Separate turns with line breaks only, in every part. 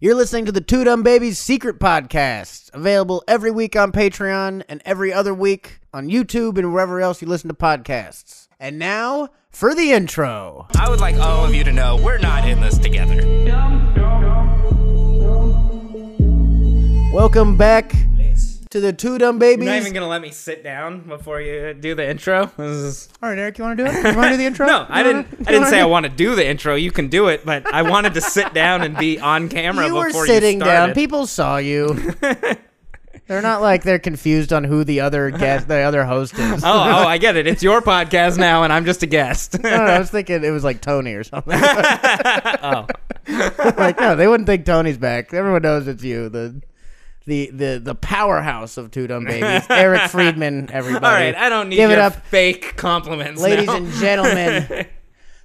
You're listening to the Two Dumb Babies Secret Podcast, available every week on Patreon and every other week on YouTube and wherever else you listen to podcasts. And now for the intro.
I would like all of you to know we're not in this together.
Welcome back to the Two Dumb Babies.
You're not even gonna let me sit down before you do the intro. This is-
All right, Eric, you want to do it? You want to do the intro?
No, I didn't. I didn't say I want to do the intro. You can do it, but I wanted to sit down and be on camera
You were
before
sitting
you
down.
started.
People saw you. they're not like they're confused on who the other guest, the other host is.
Oh, oh, I get it. It's your podcast now, and I'm just a guest.
I don't know. I was thinking it was like Tony or something. oh. like no, they wouldn't think Tony's back. Everyone knows it's you. The the the the powerhouse of two dumb babies, Eric Friedman. Everybody.
all right, I don't need
Give
your
it up,
fake compliments,
ladies
now.
and gentlemen.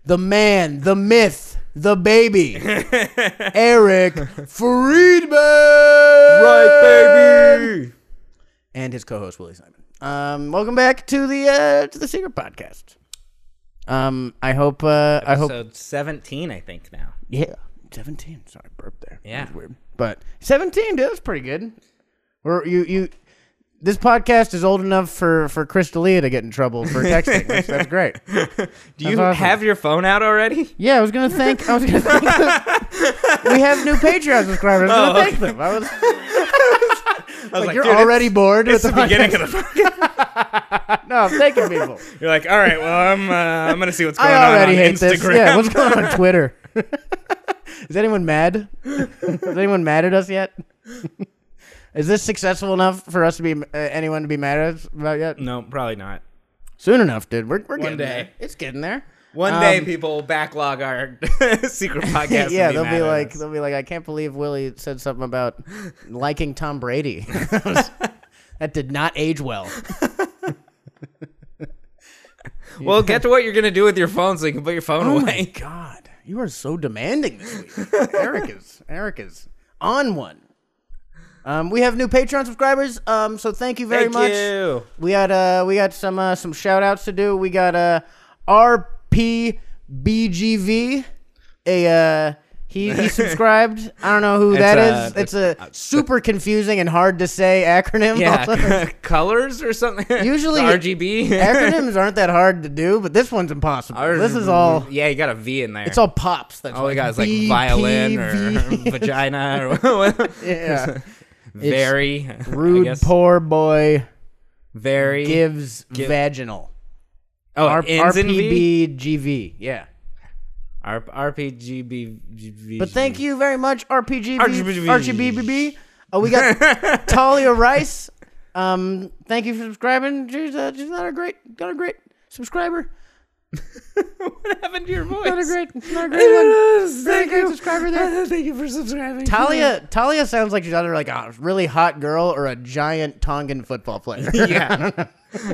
the man, the myth, the baby, Eric Friedman.
right, baby.
And his co-host Willie Simon. Um, welcome back to the uh, to the Secret Podcast. Um, I hope uh, I hope
Episode 17, I think now.
Yeah. 17. Sorry, burp there. That
Yeah.
was weird. But 17, dude, that's pretty good. Or you you this podcast is old enough for for Chris D'Elia to get in trouble for texting. that's, that's great.
Do you
That's awesome.
have your phone out already?
Yeah, I was gonna thank. I was gonna thank. we have new Patreon subscribers. I was gonna
Oh,
thank them. I was,
I was
like, you're
dude, it's-
already bored.
It's the
with
beginning of the
podcast? No, I'm thanking people.
You're like, all right, well, I'm uh, I'm gonna see what's going
I
on
already
on
hate
Instagram.
this. Yeah, what's going on on Twitter? Is anyone mad? Is anyone mad at us yet? Is this successful enough for us to be uh, anyone to be mad at us about yet?
no, probably not.
Soon enough, dude. We're, we're getting
day.
there. It's getting there.
One
Um,
day, people will backlog our secret podcast.
yeah,
and
they'll
mad
be
at
like,
us.
they'll be like, I can't believe Willie said something about liking Tom Brady. that, was- that did not age well.
well, get to what you're gonna do with your phone, so you can put your phone
Oh my
away.
god, you are so demanding this week. Eric is Eric is on one. Um, we have new Patreon subscribers. Um, so thank you very
Thank
much.
you.
We got uh, we got some uh, some shout outs to do. We got uh, RPBGV. A uh, he he subscribed. I don't know who that
a- uh,
is. it's a super confusing and hard to say acronym. also.
Yeah, colors or something.
Usually-
The RGB.
Acronyms aren't that hard to do, but this one's impossible. this is all
Yeah, you got a V in there.
it's all pops. That's
all we got is like
B,
violin
P,
or
V.
vagina or
yeah.
very I
Rude
guess.
poor boy
very.
gives vaginal.
oh,
R-
it ends in V.
RPBGV. Yeah.
R- RPGB.
But thank you very much, RPGV.
RGBGV.
RGBBB. Oh, we got Talia Rice. Um, thank you for subscribing. She's, uh, she's not a great, not a great subscriber.
What happened to your voice?
Not a great, not a great one.
Thank
great
you.
subscriber there.
Thank you for subscribing.
Talia, Talia sounds like she's either like a really hot girl or a giant Tongan football player.
yeah.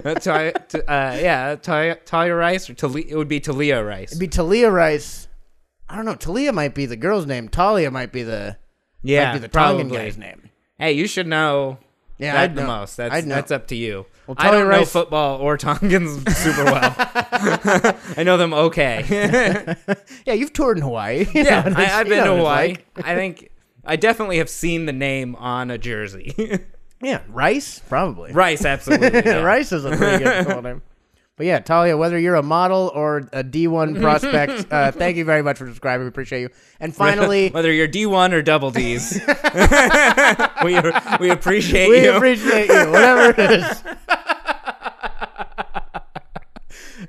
Uh, Ty- t- uh, yeah, Ty- Talia Rice or Tali- it would be Talia Rice.
be Talia Rice. I don't know. Talia might be the girl's name. Talia might be the
yeah,
might be the
probably.
Tongan guy's name.
Hey, you should know
Yeah,
that
I'd
the
know.
most. That's
I'd know.
that's up to you. I
Talia
don't know
Rice-
football or Tongans super well. I know them okay.
Yeah, you've toured in Hawaii. You know
yeah,
what it's-
I, I've
you
been to
know what
Hawaii.
it's like.
I think I definitely have seen the name on a jersey.
Yeah, Rice probably.
Rice, absolutely. yeah.
Rice is a pretty good call name. But yeah, Talia, whether you're a model or a D1 prospect, uh, thank you very much for subscribing. We appreciate you. And finally,
Whether you're D1 or double D's, we, we appreciate
we
you.
appreciate you, whatever it is.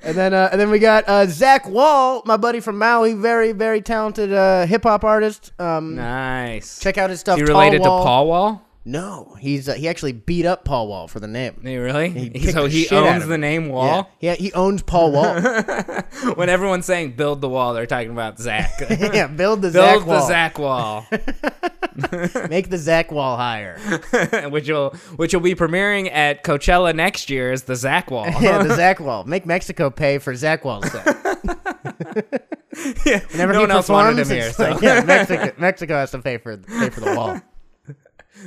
and then, uh, and then we got uh, Zach Wall, my buddy from Maui, very, very talented uh, hip hop artist. Um,
nice.
Check out his stuff.
You
Tall
related to
Wall.
Paul Wall?
No, he's uh, he actually beat up Paul Wall for the name.
Hey, really?
kicked
so
the
he
shit out
owns
of
the
him.
name Wall.
Yeah, yeah, he owns Paul Wall.
When everyone's saying build the wall, they're talking about Zach. build
yeah, build the Zach
the
Wall.
Zach Wall,
Make the Zach Wall higher.
which will which will be premiering at Coachella next year. Is the Zach Wall?
Yeah, the Zach Wall. Make Mexico pay for Zach Wall's set. Whenever he
no one else wanted
performs,
him here,
it's
so
like, yeah, Mexico, Mexico has to pay for pay for the wall.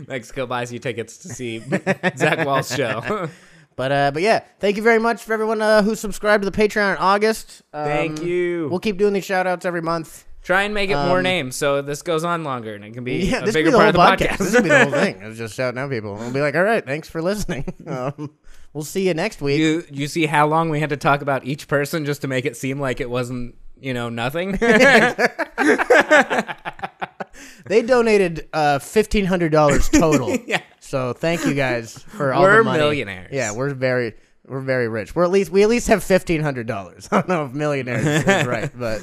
Mexico buys you tickets to see Zach Wall's show.
But uh, but yeah, thank you very much for everyone uh, who subscribed to the Patreon in August. Um,
Thank you.
We'll keep doing these shout outs every month.
Try and make it more names so this goes on longer and it can be
um, Yeah,
a
this could be
bigger
the whole
part
podcast.
of the podcast.
this could be the whole thing. It's just shouting out people. We'll be like, all right, thanks for listening. Um, we'll see you next week.
you you see how long we had to talk about each person just to make it seem like it wasn't you know nothing.
They donated uh, fifteen hundred dollars total.
Yeah.
So thank you guys for all
We're
the money.
millionaires.
Yeah, we're very we're very rich. We're at least we at least have fifteen hundred dollars. I don't know if millionaires is right, but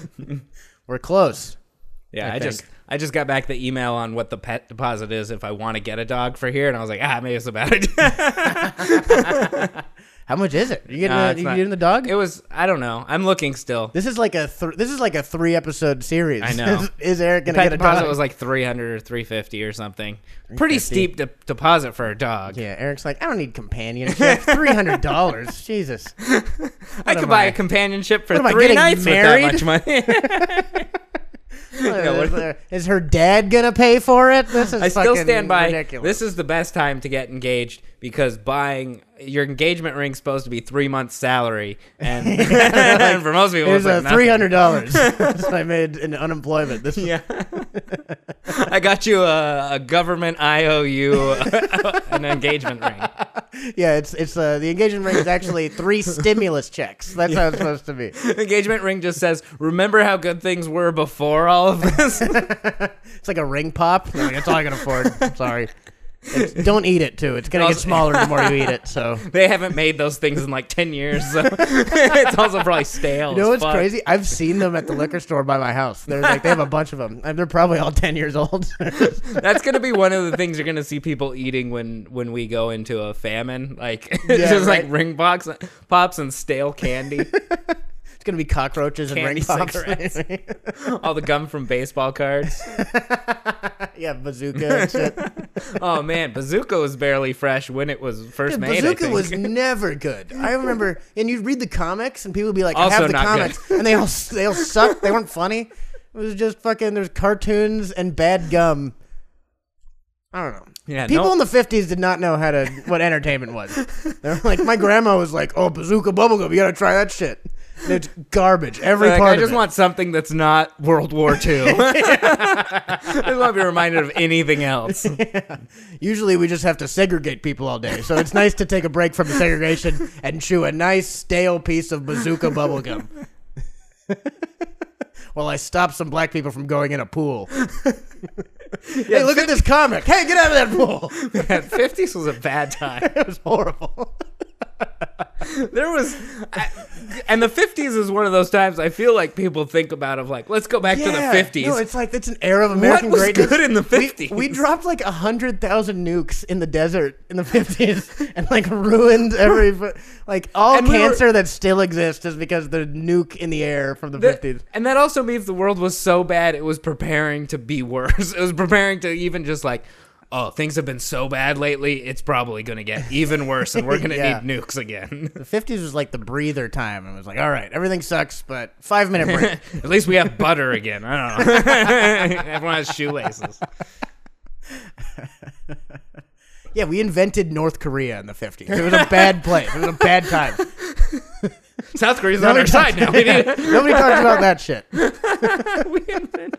we're close.
yeah,
I
I, just
think.
I just got back the email on what the pet deposit is if I want to get a dog for here, and I was like, ah, maybe it's a bad idea.
How much is it? You getting,
Nah,
a,
Uh, it's
you
not-
getting the dog?
it was I don't know. I'm looking still.
this is like a th- this is like a three episode series.
I know.
is, is Eric gonna
Pet
get a
deposit
dog?
was like 300 or 350 or something. Pretty steep de- deposit for a dog.
yeah, Eric's like, I don't need companionship. Three hundred dollars, Jesus.
I could
am
buy
I-
a companionship for
what am I,
three
getting
nights
married?
with that much money.
is, there- is her dad gonna pay for it? This is
I still
fucking
stand by.
ridiculous.
This is the best time to get engaged because buying your engagement ring's supposed to be three months' salary, and, and for most people,
Here's
it's
a
like
three
nothing.
hundred dollars. I made in unemployment. This
Yeah, I got you a, a government IOU, an engagement ring.
yeah, it's it's uh, the engagement ring is actually three stimulus checks. That's how it's supposed to be.
Engagement ring just says, "Remember how good things were before all of this."
It's like a ring pop. They're like, That's all I can afford. I'm sorry. It's, don't eat it too. It's gonna get
Also-
smaller the more you eat it. So
they haven't made those things in like ten years, so it's also probably stale.
you know
as
what's
fuck.
crazy? I've seen them at the liquor store by my house. They're like they have a bunch of them. And they're probably all ten years old.
That's gonna be one of the things you're gonna see people eating when when we go into a famine, like
Yeah,
just
right.
like ring box pops and stale candy,
it's gonna be cockroaches and
Candy
ring pops.
cigarettes. all the gum from baseball cards.
yeah, bazooka and shit.
Oh man, Bazooka was barely fresh when it was first
Dude,
made. I
Bazooka
think.
was never good. I remember, and you'd read the comics, and people would be like, "I
Also
have the
not
comics," and they all they all sucked. They weren't funny. It was just fucking. There's cartoons and bad gum. I don't know.
Yeah,
People
no-
in the fifties did not know how to what entertainment was. They're like, my grandma was like, "Oh, Bazooka bubblegum, you gotta try that shit." And It's garbage. Every
Like,
part.
I just
of it.
want something that's not World War II. I just want to be reminded of anything else.
Usually, we just have to segregate people all day, so it's nice to take a break from the segregation and chew a nice stale piece of bazooka bubblegum. While I stop some black people from going in a pool. hey, look at this comic. Hey, get out of that pool.
Man, 50s was a bad time.
It was horrible.
There was, I, and the 50s is one of those times I feel like people think about of like, let's go back to the 50s.
No, it's like it's an era of American
was
greatness.
good in the
We-
50s?
We, dropped like hundred thousand nukes in the desert in the fifties, and like ruined every like all
And we were-
cancer that still exists is because the nuke in the air from the
That-
fifties.
and that also means the world was so bad it was preparing to be worse. It was preparing to even just like, oh, things have been so bad lately, it's probably gonna get even worse, and we're gonna
Yeah.
need nukes again.
The fifties was like the breather time, and it was like, all right, everything sucks, but five minute break.
At least we have butter again. I don't know. Everyone has shoelaces.
yeah, we invented North Korea in the fifties. It was a bad place. It was a bad time.
South Korea's on our side now. We need
Nobody talks about that shit.
we invented-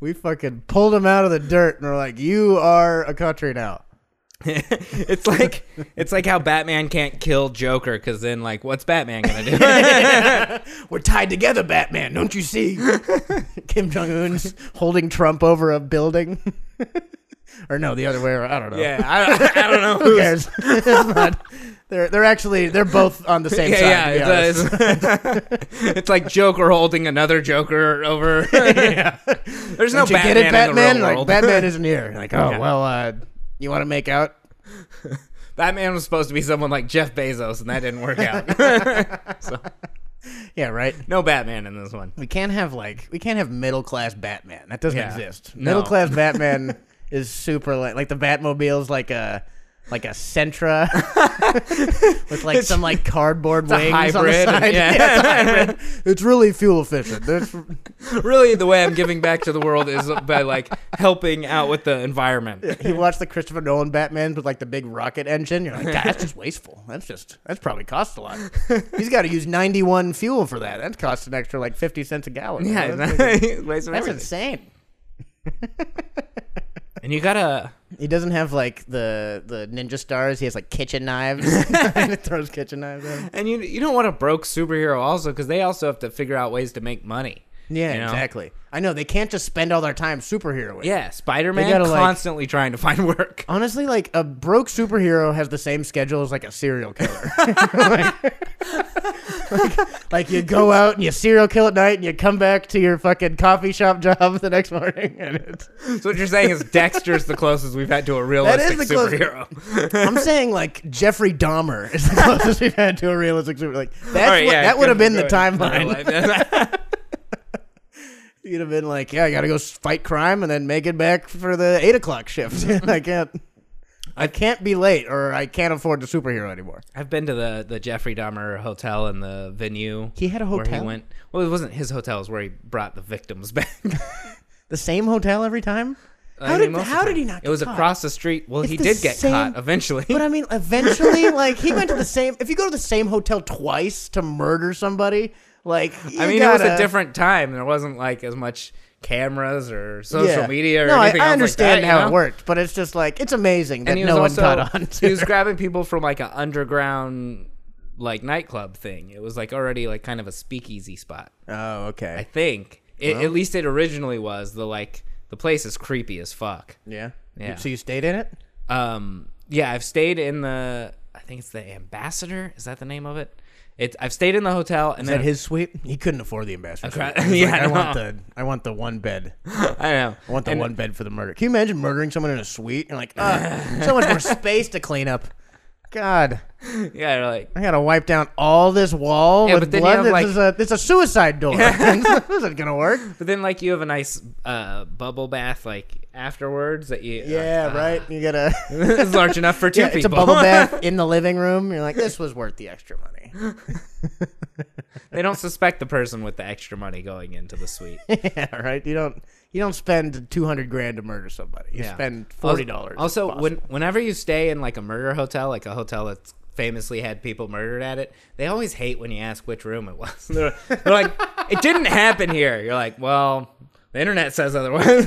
We fucking pulled them out of the dirt, and we're like, you are a country now.
it's like it's like how Batman can't kill Joker because then like what's Batman gonna do?
We're tied together, Batman. Don't you see? Kim Jong Un's holding Trump over a building, or no, the other way around. I don't know.
yeah, I, I don't know
who
who's
cares? It's not- they're they're actually they're both on the same side.
yeah, uh,
to be
yeah,
honest.
it's, it's, it's like Joker holding another Joker over. There's no
Don't you
Batman,
get it, Batman?
in the real
like
world.
Batman isn't here. Like, oh
Yeah.
well, uh, you want to make out?
Batman was supposed to be someone like Jeff Bezos, and that didn't work out.
Yeah, right.
no Batman in this one.
We can't have like we can't have middle class Batman. That doesn't
Yeah.
exist.
No.
Middle class Batman is super like like the Batmobile's like a like a Sentra with like some like cardboard
a
wings on the
hybrid,
side.
yeah.
it's, a hybrid. It's really fuel efficient. There's
really, the way I'm giving back to the world is by like helping out with the environment.
you watch the Christopher Nolan Batman with like the big rocket engine. You're like, "God, that's just wasteful. That's just that's probably cost a lot. He's got to use 91 fuel for that. That costs an extra like 50 cents a gallon.
Yeah,
that's,
that's
that's insane.
and you gotta
He doesn't have like the the ninja stars. He has like kitchen knives. and it throws kitchen knives. At him.
and you you don't want a broke superhero also because they also have to figure out ways to make money.
Yeah,
you know?
exactly. I know they can't just spend all their time superheroing.
Yeah, Spider Man
They gotta, like-
constantly trying to find work.
Honestly, like a broke superhero has the same schedule as like a serial killer. like, like you go out and you serial kill at night and you come back to your fucking coffee shop job the next morning and it's
So what you're saying is Dexter's the closest we've had to a
That
realistic
is the closest.
superhero.
I'm saying like Jeffrey Dahmer is the closest we've had to a realistic super like that's
All right,
what,
yeah,
that would have
go-
been the
go ahead.
timeline.
Real life.
You'd have been like, Yeah, I gotta go s- fight crime and then make it back for the eight o'clock shift. I can't I can't be late or I can't afford the superhero anymore.
I've been to the the Jeffrey Dahmer hotel and the venue.
He had a
Where
hotel?
he went. Well, it wasn't his hotel. Is where he brought the victims back.
The same hotel every time? How
I Uh, mean,
did,
most of
how
the
did he
time.
not get
It was
caught?
across the street. Well, he
the
did get
same-
caught eventually.
But I mean, eventually, like he went to the same. If you go to the same hotel twice to murder somebody, like you
I mean,
gotta,
it was a different time. There wasn't like as much cameras or social
yeah.
media or
no,
anything.
I, I
else
understand
like that, you
how
know?
it worked, but it's just like it's amazing that
And he
no one
was
caught
also-
on. To
he was grabbing people from like an underground like nightclub thing. It was like already like kind of a speakeasy spot.
oh,
I
okay,
think. It, At least it originally was the like the place is creepy as fuck.
yeah,
Yeah.
So you stayed in it?
Um, yeah, I've stayed in the. I think it's the Ambassador. Is that the name of it? It's. I've stayed in the hotel and
Is
then
that his suite? He couldn't afford the ambassador.
Okay.
suite. He was
Yeah,
like, I
I
want
know.
the I want the one bed.
I don't know.
I want the one bed for the murder. Can you imagine murdering someone in a suite? You're like, Ugh, so much more space to clean up. God.
Yeah, you're like
I gotta wipe down all this wall
Yeah,
with
but then you
blood.
have,
This
like-
is a this is a suicide door. this isn't gonna work.
But then, like, you have a nice uh, bubble bath, like, afterwards that you. uh,
Yeah, right. You gotta.
it's large enough for Ah. two
Yeah,
people.
it's a bubble bath in the living room. You're like, this was worth the extra money.
they don't suspect the person with the extra money going into the suite.
yeah, right. You don't you don't spend two hundred grand to murder somebody. You
Yeah.
spend forty dollars.
Also, when, whenever you stay in, like, a murder hotel, like a hotel that's famously had people murdered at it, they always hate when you ask which room it was. they're, they're like, it didn't happen here. You're like, well. The internet says otherwise. like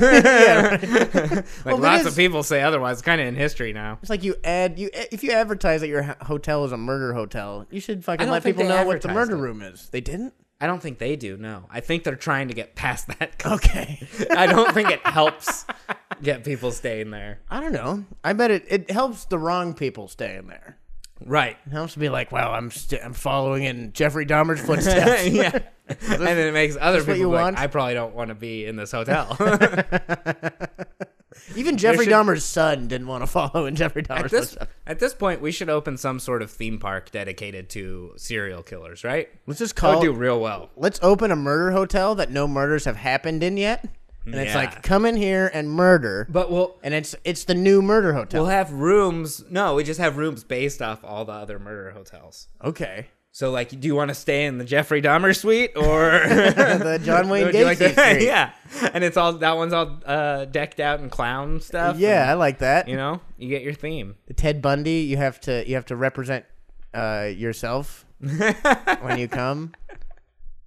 Well,
lots
it
of
is-
people say otherwise. It's kind of in history now.
it's like you add you eh, if you advertise that your ho- hotel is a murder hotel, you should
I
fucking
don't
let
think
people
they
know what the
advertised
murder
it.
room is. They didn't.
I don't think they do. No, I think they're trying to get past that.
Okay.
I don't think it helps get people staying there.
I don't know. I bet it, it helps the wrong people stay in there.
Right.
It helps to be like, wow, I'm st- I'm following in Jeffrey Dahmer's footsteps.
yeah. And then it makes other people
you
like,
want?
I probably don't want to be in this hotel.
Even Jeffrey
should-
Dahmer's son didn't want to follow in Jeffrey Dahmer's
at, this,
footsteps.
at this point, we should open some sort of theme park dedicated to serial killers, right?
Let's just
That would
call.
do real well.
Oh, let's open a murder hotel that no murders have happened in yet, and it's
Yeah.
like come in here and murder.
But we'll
and it's it's the new murder hotel.
we'll have rooms. No, we just have rooms based off all the other murder hotels.
okay.
So, like, do you want to stay in the Jeffrey Dahmer suite or?
the John Wayne
Would you
Gacy.
like to-
Street. yeah.
yeah, and it's all that one's all uh, decked out in clown stuff.
I like that.
and, you know, you get your theme.
Ted Bundy, you have to you have to represent uh, yourself when you come,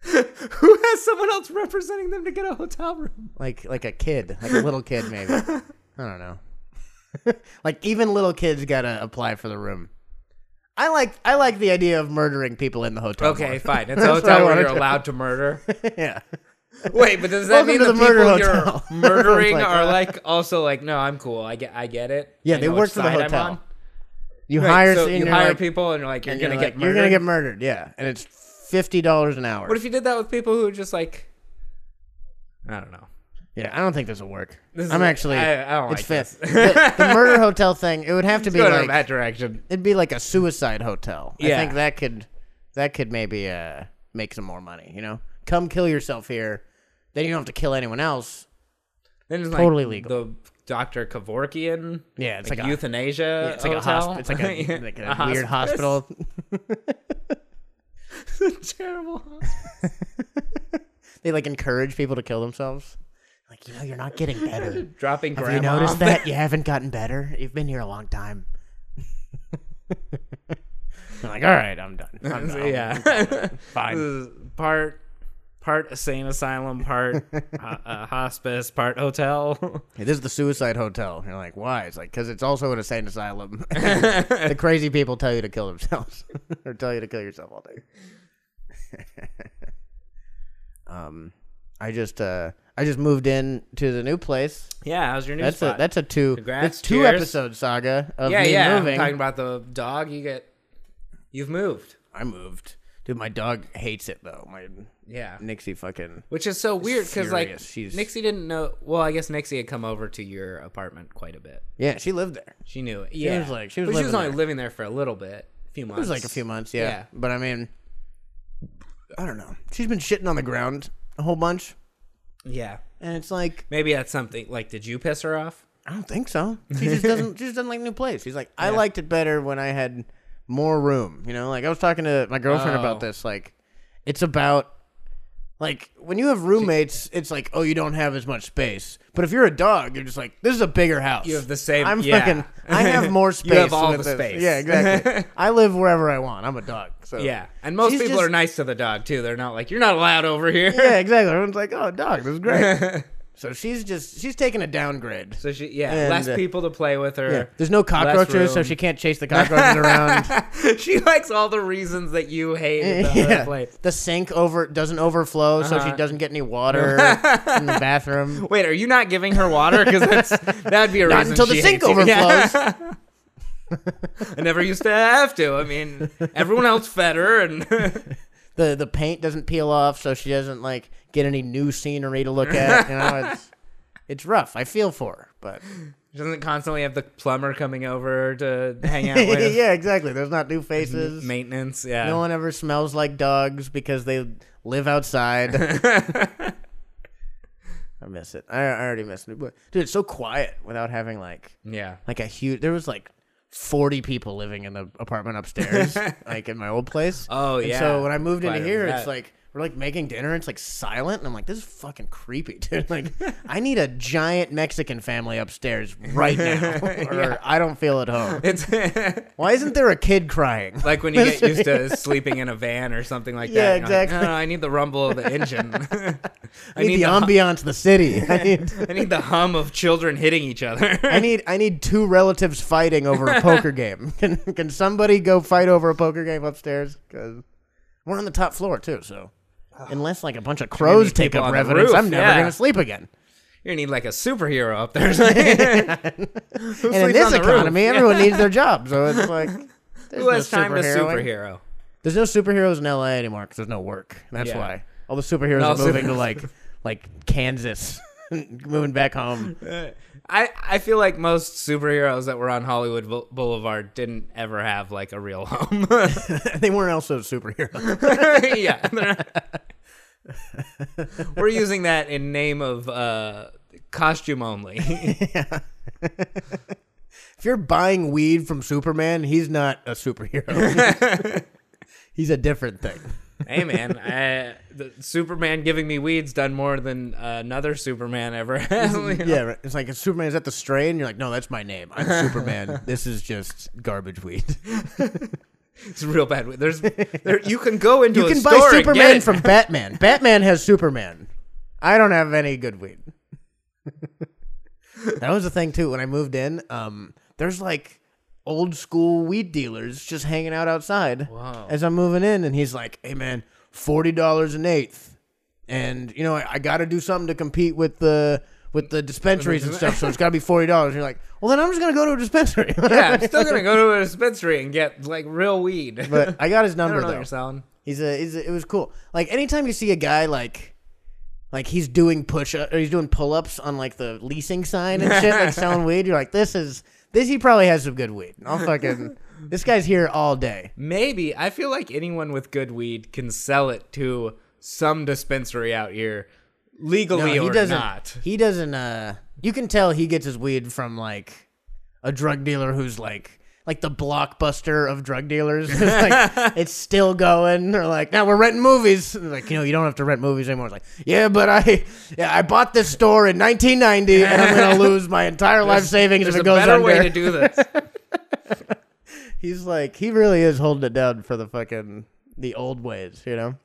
Who has someone else representing them to get a hotel room?
like like a kid, like a little kid maybe. I don't know. like even little kids gotta apply for the room. I like I like the idea of murdering people in the hotel.
Okay,
more.
fine. It's
That's what
a
I
hotel where
wanted
you're
to-
allowed to murder.
yeah.
Wait, but does that
Welcome
mean
to
the,
the
people
murder hotel.
you're murdering
Like,
are
uh,
like also like, no, I'm cool. I get, I get it.
Yeah,
I
they
know which
work for the
side I'm
hotel.
on.
You
Right,
hire
so
and
you
you're
hire
like-
people, and you're like, you're
and
gonna
you're
get
like,
murdered.
You're gonna get murdered. Yeah, and it's fifty dollars an hour.
What if you did that with people who are just like, I don't know.
yeah, I don't think this will work.
is-
I'm actually.
I- I don't
it's
like
fifth. the, the murder hotel thing. It would have to be
Go in
like
that direction.
it'd be like a suicide hotel. I
Yeah.
think that could that could maybe uh make some more money, you know? Come kill yourself here. Then you don't have to kill anyone else.
Then it's
Totally
like
legal.
The Doctor Kevorkian.
Yeah, it's like a-
euthanasia.
It's like
hotel.
a hosp- It's like a, like a, weird
hospice.
hospital.
Terrible.
They like encourage people to kill themselves. Like you know, you're not getting better.
Dropping
Have
grandma.
you noticed
off.
that you haven't gotten better? You've been here a long time. I'm like, all right, I'm done. I'm
So,
done.
yeah.
Fine.
This is part part insane asylum, part ho- uh, hospice, part hotel.
Hey, this is the suicide hotel. You're like, why? It's like because it's also an insane asylum. the crazy people tell you to kill themselves or tell you to kill yourself all day. um, I just uh, I just moved in to the new place.
yeah, how's your new
That's
spot?
a that's a two
Congrats,
that's two
cheers.
episode saga of
yeah,
me
yeah.
moving.
I'm talking about the dog. You get. You've moved.
I moved, dude. My dog hates it though. My
Yeah.
Nixie fucking
Which is so weird because like
furious. She's-
Nixie didn't know. Well, I guess Nixie had come over to your apartment quite a bit.
yeah. She lived there.
She knew it. Yeah,
was like- she was
But she was
living
only
there.
living there for a little bit, a few months.
It was like a few months, yeah.
Yeah.
But I mean, I don't know. She's been shitting on the ground a whole bunch,
Yeah,
and it's like
maybe that's something. Like, did you piss her off?
I don't think so. She just doesn't. she just doesn't like new place. She's like, I liked it better when I had more room. You know, like I was talking to my girlfriend
Oh.
about this. Like, it's about like when you have roommates, it's like, oh, you don't have as much space. But if you're a dog, you're just like, this is a bigger house.
You have the same-
I'm
yeah.
fucking. I have more space.
You have all
with this.
the space.
Yeah, exactly. I live wherever I want. I'm a dog. So
Yeah, and most
She's
people
just-
are nice to the dog too. They're not like you're not allowed over here.
yeah, exactly. Everyone's like, "Oh, dog, this is great." so she's just she's taking a downgrade.
So she, yeah,
And,
less
uh,
people to play with
Yeah.
her.
There's no cockroaches, so
room.
she can't chase the cockroaches around.
she likes all the reasons that you hate about
Eh, yeah.
her place.
The Uh-huh. sink over doesn't overflow, so she doesn't get any water in the bathroom.
Wait, are you not giving her water? Because that's that'd be a
Not
reason
until the
she
sink
hates you. Yeah.
overflows.
I never used to have to. I mean, everyone else fed her, and
the the paint doesn't peel off, so she doesn't like get any new scenery to look at. You know, it's it's rough. I feel for her, but
she doesn't constantly have the plumber coming over to hang out with.
yeah, exactly. There's not new faces.
Maintenance, yeah.
No one ever smells like dogs because they live outside. I miss it. I, I already miss it. But dude, it's so quiet without having like
yeah.
like a huge. There was like forty people living in the apartment upstairs, like in my old place.
Oh,
And
yeah.
So when I moved
Quite
into
a
here, it's
bit.
like we're like making dinner. and It's like silent, and I'm like, this is fucking creepy, dude. Like I need a giant Mexican family upstairs right now, or I don't feel at home.
It's
Why isn't there a kid crying?
like when you get used to sleeping in a van or something like
Yeah,
that. you're like,
exactly.
no, no, I need the rumble of the engine.
I need, the ambiance of the city. I need,
I need the hum of children hitting each other.
I need, I need two relatives fighting over a poker game. Can, can somebody go fight over a poker game upstairs? Because we're on the top floor too, so unless like a bunch of crows
need
take
people
up
on the
residence,
roof,
I'm never
yeah.
gonna sleep again.
you need like a superhero up there. and
And in this economy, everyone needs their job, so it's like there's
who has
no
time to
superheroing.
superhero?
There's no superheroes in LA anymore because there's no work. That's
Yeah.
why all the superheroes
No
are moving to
superheroes.
like like Kansas, moving back home.
Uh, I, I feel like most superheroes that were on Hollywood Bou- Boulevard didn't ever have like a real home.
they weren't also superheroes.
yeah. they're not- We're using that in name of uh, costume only.
If you're buying weed from Superman, he's not a superhero. he's a different thing.
hey man, I, the Superman giving me weeds done more than another Superman ever has.
Yeah, right. it's like if Superman is at the stray, and you're like, no, that's my name. I'm Superman. this is just garbage weed.
It's real bad. There's there, you can go into
You
a
can buy
store and get
Superman
it.
from Batman. Batman has Superman. I don't have any good weed. that was the thing too. When I moved in, um, there's like old school weed dealers just hanging out outside
Wow.
as I'm moving in, and he's like, "Hey man, forty dollars an eighth, and you know I, I got to do something to compete with the." With the dispensaries and stuff, so it's got to be forty dollars. You're like, well, then I'm just gonna go to a dispensary.
yeah, I'm still gonna go to a dispensary and get like real weed.
but I got his
I
number
don't know what
though.
you're selling.
He's a, he's a it was cool. Like anytime you see a guy like like he's doing push up or he's doing pull ups on like the leasing sign and shit, like selling weed, you're like, This is this he probably has some good weed. I'll fucking this guy's here all day.
Maybe I feel like anyone with good weed can sell it to some dispensary out here, legally
he
or
doesn't
not.
he doesn't uh you can tell he gets his weed from like a drug dealer who's like like the blockbuster of drug dealers. It's like it's still going. They're like, now we're renting movies. And they're like, you know, you don't have to rent movies anymore. It's like, yeah, but I yeah, I bought this store in 1990 and I'm gonna lose my entire life savings
There's
if
a
it goes
better
under.
way to do this.
He's like, he really is holding it down for the fucking the old ways, you know.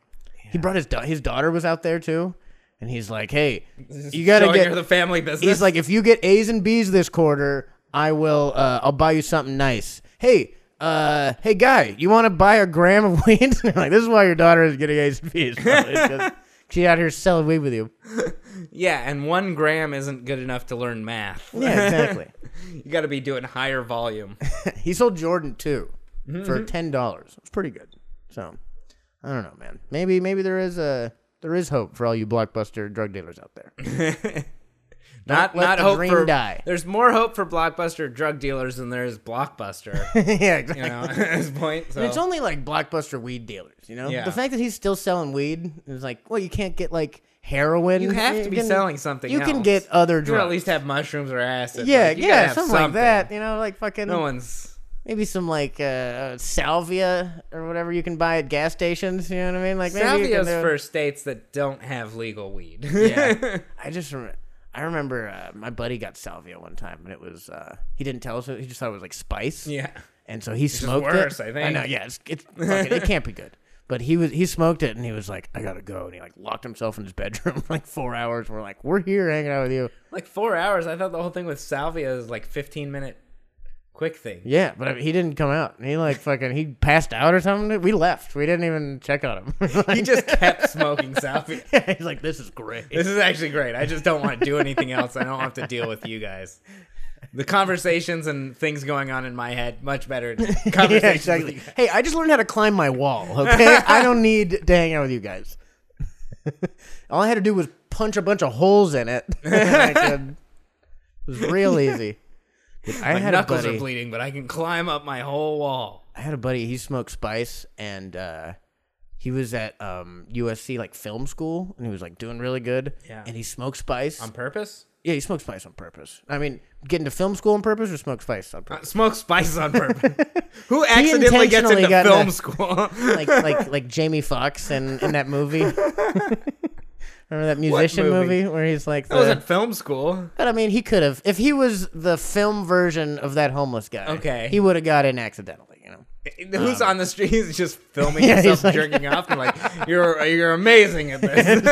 He brought his da- his daughter was out there too, and he's like, hey, you gotta
Showing
get
her the family business.
He's like, if you get A's and B's this quarter, I will. Uh, I'll buy you something nice. Hey, uh, hey guy, you want to buy a gram of weed? And they're like, this is why your daughter is getting A's and B's. probably. It's 'cause She's out here selling weed with you.
yeah, and one gram isn't good enough to learn math.
Yeah, exactly.
you got to be doing higher volume.
he sold Jordan too for ten dollars. It's pretty good. So, I don't know, man. Maybe maybe there is a there is hope for all you blockbuster drug dealers out there.
Not
let
not
the
hope
dream
for
die.
There's more hope for blockbuster drug dealers than there is blockbuster.
yeah, exactly.
You know, at this point. So.
It's only like blockbuster weed dealers, you know.
Yeah.
The fact that he's still selling weed is like, well, you can't get like heroin.
You have to be selling something
You can
else.
get other
You
drugs.
at least have mushrooms or acid.
yeah,
Like, you gotta
yeah,
have
something, like that. You know, like fucking
No one's.
maybe some like uh, salvia or whatever you can buy at gas stations. You know what I mean? Like maybe you can
Salvia's
do-
for states that don't have legal weed.
Yeah. I just remember. I remember uh, my buddy got salvia one time, and it was uh, he didn't tell us. He just thought it was like spice.
yeah.
and so he smoked
worse,
it.
I think.
know, yeah, it's, it's fucking, it can't be good. But he was he smoked it and he was like, I gotta go, and he like locked himself in his bedroom for like four hours. And we're like, we're here hanging out with you.
Like four hours. I thought the whole thing with salvia is like 15 minute quick thing.
Yeah, but I mean, he didn't come out. And he like fucking he passed out or something. We left. We didn't even check on him.
He just kept smoking salvia.
he's like, this is great.
This is actually great. I just don't want to do anything else. I don't have to deal with you guys. The conversations and things going on in my head much better. than Conversations.
Yeah, exactly. Hey, I just learned how to climb my wall. Okay, I don't need to hang out with you guys. All I had to do was punch a bunch of holes in it. and I could- it was real easy. Dude, I
My
had a
knuckles
buddy.
are bleeding, but I can climb up my whole wall.
I had a buddy. He smoked spice, and uh, he was at um, USC like film school, and he was like doing really good.
Yeah.
And he smoked spice.
On purpose?
yeah, he smoked spice on purpose. I mean, get into film school on purpose or smoke spice on
Uh,
purpose?
Smoke spices on purpose. Who accidentally gets
intentionally
into
got
film
in a-
school?
like like like Jamie Foxx in, in that movie. Remember that musician
movie?
movie? where he's like
that
the,
wasn't film school.
But I mean, he could have if he was the film version of that homeless guy.
Okay.
he would have got in accidentally. You know.
Who's on the street is just filming
Yeah,
himself
he's like-
jerking off and like you're you're amazing at this.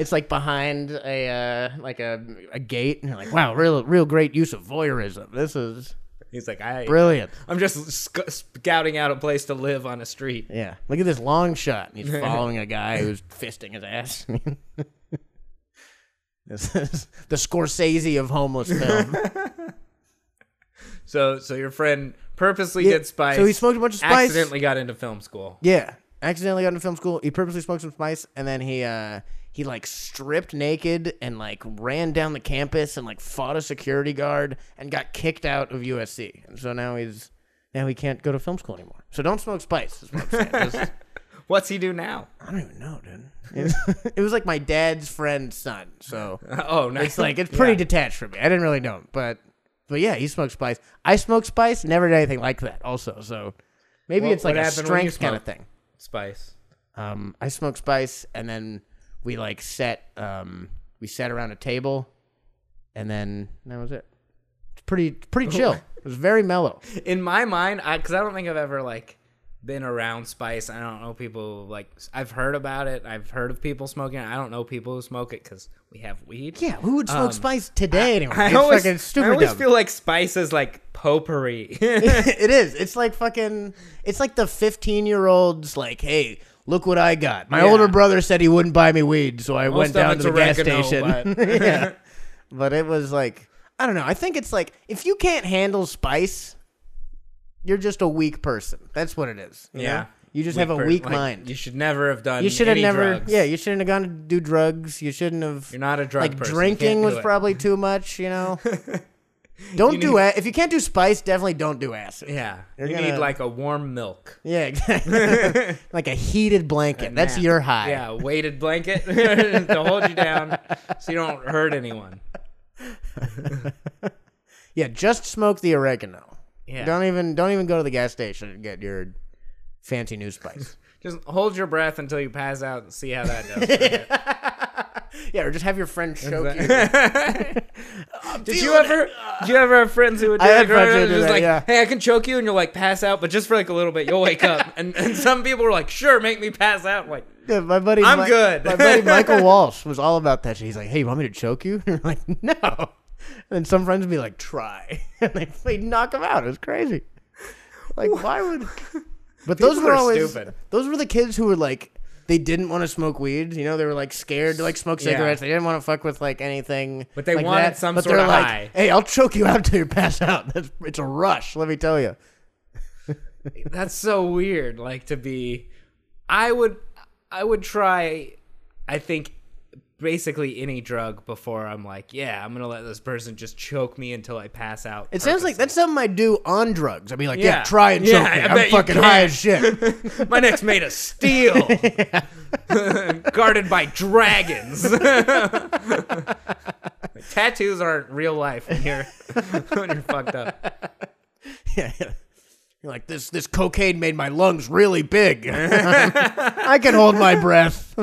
It's like behind a uh, like a, a gate, and you're like, "Wow, real real great use of voyeurism. This is
He's like I
brilliant."
I'm just sc- scouting out a place to live on a street.
Yeah, look at this long shot. And he's following a guy who's fisting his ass. this is the Scorsese of homeless film.
So so your friend purposely
Yeah,
did spice.
So he smoked a bunch of spice.
accidentally got into film school.
Yeah, accidentally got into film school. He purposely smoked some spice, and then he uh he like stripped naked and like ran down the campus and like fought a security guard and got kicked out of USC. And so now he's now he can't go to film school anymore. So don't smoke spice. Is what I'm saying. Just-
What's he do now?
I don't even know, dude. It was, it was like my dad's friend's son, so
Oh, nice.
it's like it's pretty detached from me. I didn't really know him, but but yeah, he smoked spice. I smoked spice. Never did anything like that. Also, so maybe
What-
it's like
what
a
happened when you
strength kind of
smoked?
thing
spice.
um, I smoked spice, and then we like set um, we sat around a table, and then that was it. It's pretty pretty chill. it was very mellow.
in my mind, I because I don't think I've ever like been around spice. I don't know people like I've heard about it. I've heard of people smoking it. I don't know people who smoke it because we have weed.
Yeah, who would smoke
Um,
spice today anyway?
I
it's
always,
fucking stupid.
I always
dumb.
feel like spice is like potpourri.
it is. It's like fucking. It's like the fifteen year olds like, hey. Look what I got! My
Yeah.
older brother said he wouldn't buy me weed, so I went
of
down to
it's
the gas
oregano,
station.
but-
yeah, but it was like I don't know. I think it's like if you can't handle spice, you're just a weak person. That's what it is. you
Yeah.
know? you just
Weak
have a
per-
weak
like,
mind.
You
You,
should never have done.
should have
any
never.
drugs.
Yeah, you shouldn't have gone to do drugs. You shouldn't have.
You're not a drug
like
person. You can't
drinking
do
was
it.
probably too much. You know. don't do
need-
a- if you can't do spice. Definitely don't do acid.
Yeah,
You're
you need
gonna-
like a warm milk.
Yeah, exactly. like a heated blanket. That's
nap.
your high.
Yeah, a weighted blanket to hold you down so you don't hurt anyone.
yeah, just smoke the oregano.
Yeah.
Don't e- even don't even go to the gas station and get your fancy new spice.
Just hold your breath until you pass out and see how that does.
yeah, or just have your friend choke you.
did you ever? Did you ever have friends who would do
I
that?
had
growing
friends who did
up? just
that,
like,
yeah.
hey, I can choke you, and you're like pass out, but just for like a little bit, you'll wake up. And, and some people were like, sure, make me pass out. I'm like,
Yeah, my buddy.
I'm
Mi-
good.
my buddy Michael Walsh was all about that shit. He's like, "Hey, you want me to choke you?" And I'm like, "No." And then some friends would be like, "Try," and they would knock him out. It was crazy. Like, why would? But those
People
were
are
always
stupid.
those were the kids who were like they didn't want to smoke weed. You know, they were like scared to like smoke
Yeah.
cigarettes. They didn't want to fuck with like anything.
But they
like
wanted
that.
some
But
sort
they're
of
like,
high.
Hey, I'll choke you out till you pass out. That's it's a rush. Let me tell you.
that's so weird. Like to be, I would, I would try. I think basically any drug before I'm like, yeah, I'm gonna let this person just choke me until I pass out.
It sounds like that's something I do on drugs. I'd be like, yeah,
Yeah.
try and
Yeah,
choke
I
me.
bet
I'm
you
fucking
can."
high as shit.
My neck's made of steel, guarded by dragons. Tattoos aren't real life when you're when you're fucked up.
Yeah, yeah. You're like this. This cocaine made my lungs really big. I can hold my breath.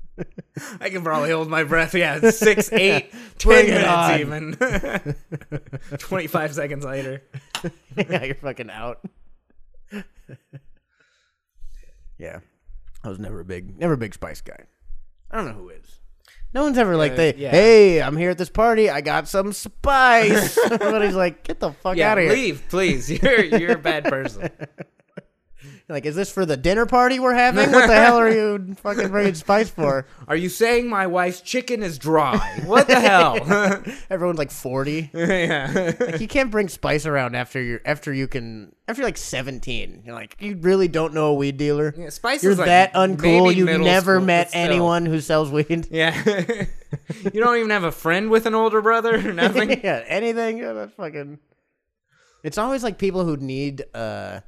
I can probably hold my breath. Yeah, it's six, eight, ten
Bring it on.
minutes even. Twenty-five seconds later.
yeah, you're fucking out. yeah, I was never a big, never a big Spice guy. I don't know who is. No one's ever like they.
Uh, yeah.
Hey, I'm here at this party. I got some spice. Everybody's like, get the fuck
Yeah,
out of here.
leave, please. You're you're a bad person.
Like, is this for the dinner party we're having? What the hell are you fucking bringing spice for?
Are you saying my wife's chicken is dry? What the hell?
Everyone's like forty.
yeah.
Like, you can't bring spice around after you're after you can after you're like 17 you're like you really don't know a weed dealer
Yeah, spice
you're
is like
that
maybe
uncool you've
middle
never
school, but
met
still.
anyone who sells weed
Yeah. you don't even have a friend with an older brother or nothing?
yeah anything yeah, that's fucking it's always like people who need uh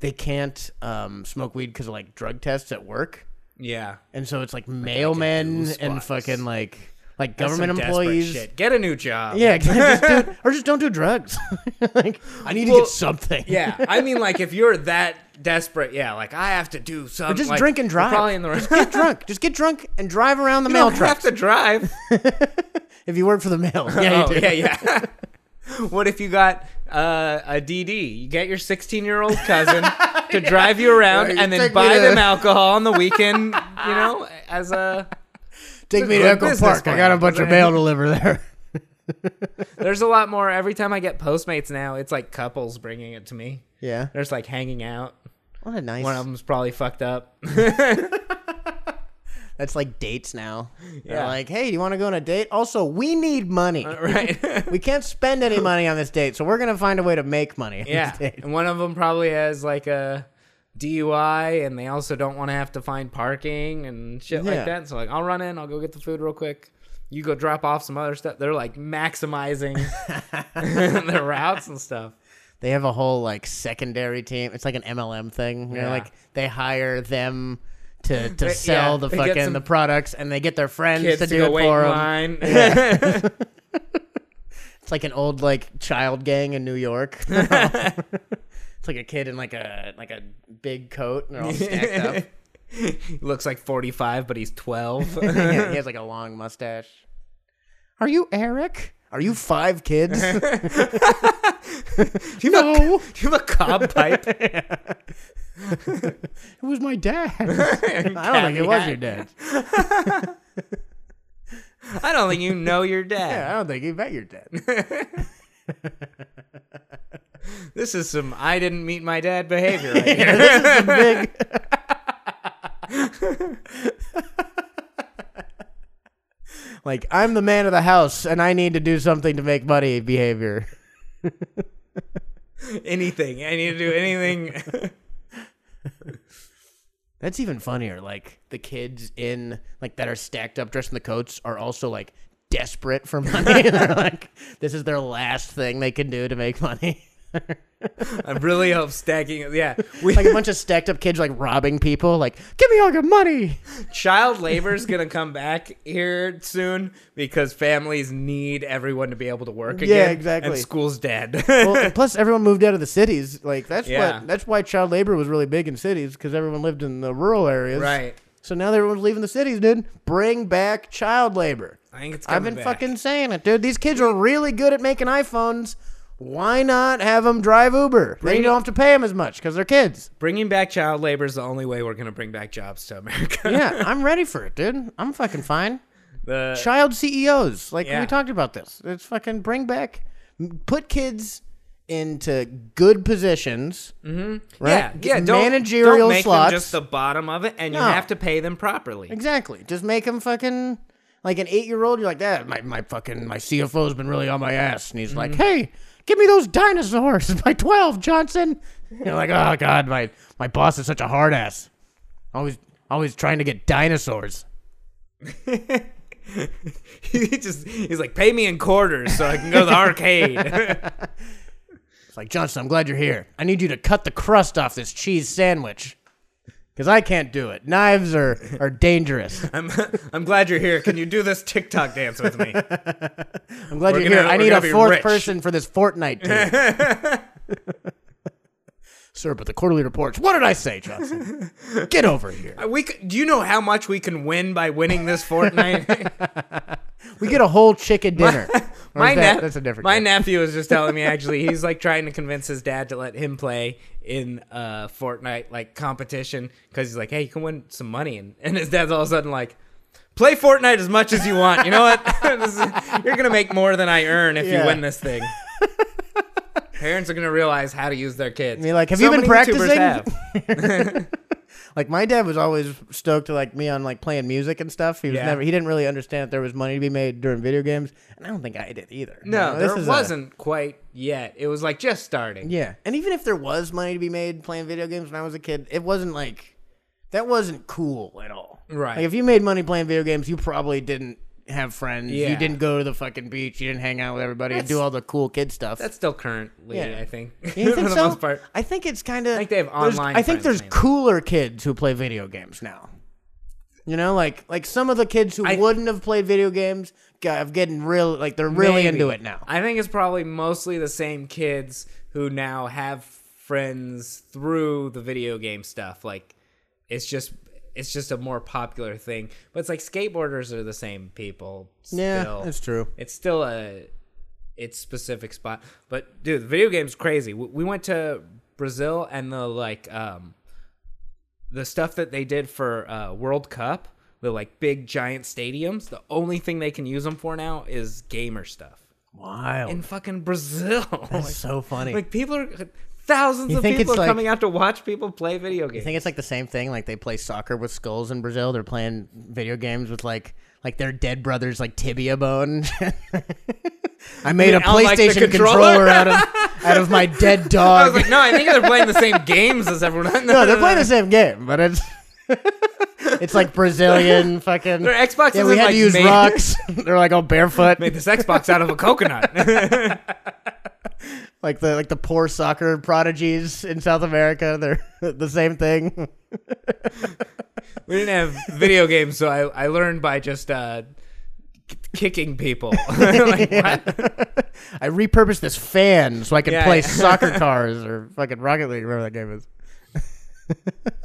they can't um smoke weed because of like drug tests at work
yeah.
and so it's like mailmen and
spice.
fucking like like
That's some
government
desperate
employees
Shit. Get a new job.
yeah just do, or just don't do drugs like i need to
Well,
get something
Yeah. I mean, like, if you're that desperete, yeah, like, I have to do something.
just
like,
drink and
you're
drive.
Probably in the
Just get drunk. Just get drunk and drive around the mail
don't have
trucks.
to drive.
If you work for the mail, yeah,
Oh,
you do.
yeah, yeah. what if you got uh, a DD? You get your 16 year old cousin to drive you around
Right,
and then
take me
buy
to-
them alcohol on the weekend, you know, as a.
Take me
Good
to Echo
business
Park. I got a
plan.
bunch of mail to deliver there.
There's a lot more. Every time I get Postmates now, it's like couples bringing it to me.
Yeah,
They're just like hanging out.
what a nice.
One of them's probably fucked up.
That's like dates now. They're
Yeah. Uh-uh.
like, hey, do you want to go on a date? Also, we need money.
right.
we can't spend any money on this date, so we're gonna find a way to make money. On
yeah.
this date.
And one of them probably has like a DUI and they also don't want to have to find parking and shit
Yeah.
like that. So like I'll run in, I'll go get the food real quick. You go drop off some other stuff. They're like maximizing their routes and stuff.
They have a whole like secondary team. It's like an MLM thing. You know,
Yeah.
like they hire them. To, to
yeah,
sell the
they get
fucking
some
the products and they get their friends
Kids
to
to
do
go
it
wait
for
in
them.
line.
It's like an old like child gang in New York. it's like a kid in like a like a big coat and they're all stacked up.
Looks like 45, but he's 12.
Yeah, he has like a long mustache. Are you Eric? Are you five kids? no,
Do you have a cob pipe?
it was my dad. I don't think it was your dad.
I don't think you know your dad.
Yeah, I don't think he met your dad.
This is some I didn't meet my dad behavior right here.
this is some big. like I'm the man of the house and I need to do something to make money behavior.
anything. I need to do anything.
That's even funnier. Like the kids in like that are stacked up dressed in the coats are also like desperate for money. They're like, this is their last thing they can do to make money.
I really hope stacking. Yeah, we,
like a bunch of stacked up kids like robbing people. Like, give me all your money.
child labor is gonna come back here soon because families need everyone to be able to work again.
exactly.
And school's dead.
Well, and plus everyone moved out of the cities. Like that's
Yeah.
what that's why child labor was really big in cities because everyone lived in the rural areas.
right.
So now that everyone's leaving the cities, dude. Bring back child labor.
I think it's.
I've
coming
been
back.
fucking saying it, dude. These kids are really good at making iPhones. Why not have them drive Uber? Then
Bring-
you don't have to pay them as much because they're kids.
Bringing back child labor is the only way we're gonna bring back jobs to America.
Yeah, I'm ready for it, dude. I'm fucking fine.
The-
child CEOs. Like
Yeah.
we talked about this. It's fucking bring back, put kids into good positions. Mm-hmm. Right?
Yeah, yeah. Don't,
managerial
don't make
slots.
them just the bottom of it, and you
No.
have to pay them properly.
exactly. Just make them fucking like an eight year old. You're like that. my my fucking my CFO's been really on my ass, and he's like,
Mm-hmm.
hey. Give me those dinosaurs by twelve, Johnson. You're like, oh god, my my boss is such a hard ass. Always, always trying to get dinosaurs.
he just he's like, pay me in quarters so I can go to the arcade.
It's like, Johnson, I'm glad you're here. I need you to cut the crust off this cheese sandwich. Because I can't do it. Knives are, are dangerous.
I'm I'm glad you're here. Can you do this TikTok dance with me?
I'm glad
We're
you're
gonna-
here. I
we're
need
gonna
a
be
fourth
rich.
person for this Fortnite team. Sir, but the quarterly reports. What did I say, Johnson? Get over here.
We c- do you know how much we can win by winning this Fortnite?
We get a whole chicken dinner. Or is
my
that-
nep-
that's a different.
my
guy.
nephew was just telling me actually he's like trying to convince his dad to let him play in uh Fortnite like competition because he's like, hey, you can win some money, and, and his dad's all of a sudden like. Play Fortnite as much as you want. You know what? This is- you're gonna make more than I earn if
Yeah.
you win this thing. Parents are gonna realize how to use their kids.
Be like, have
So
you been
many YouTubers
practicing?
have.
like my dad was always stoked to like me on like playing music and stuff. He was
Yeah.
never. He didn't really understand that there was money to be made during video games, and I don't think I did either.
No,
You know,
there
is a-
wasn't quite yet. It was like just starting.
Yeah. And even if there was money to be made playing video games when I was a kid, it wasn't like that wasn't cool at all.
Right.
Like if you made money playing video games, you probably didn't have friends. You
Yeah.
didn't go to the fucking beach. You didn't hang out with everybody and do
That's-
all the cool kid stuff.
That's still currently,
Yeah.
I think.
you
For
think
the
so?
most part.
I think it's kind of. I
think they have online
I think
friends
there's
mainly.
cooler kids who play video games now. You know, like like some of the kids who
I-
wouldn't have played video games got have getting real like they're really
Maybe.
into it now.
I think it's probably mostly the same kids who now have friends through the video game stuff. Like it's just it's just a more popular thing. But it's like skateboarders are the same people still.
yeah, that's true.
it's still a it's specific spot but dude the video game's crazy we, we went to brazil and the like um the stuff that they did for uh world cup the like big giant stadiums the only thing they can use them for now is gamer stuff
Wild.
in fucking brazil
That's so funny.
like people are thousands
You
of
think
people are
it's like-
coming out to watch people play video
I
games
think it's like the same thing. Like they play soccer with skulls in Brazil. They're playing video games with like like their dead brother's like tibia bone. I made a
I don't like the
PlayStation
controller.
controller out of out of my dead
I
dog.
was like, no, I think they're playing the same games as everyone. No,
no, they're playing the same game, but it's it's like Brazilian fucking.
Their Xbox
Yeah,
isn't
we had
like
to use
made-
rocks. they're like all barefoot,
Made this Xbox out of a coconut.
like the like the poor soccer prodigies in South America. They're the same thing.
We didn't have video games, so I, I learned by just uh, k- kicking people. like, what?
I repurposed this fan so I could
Yeah,
play
yeah.
soccer cars or fucking Rocket League, whatever that game is.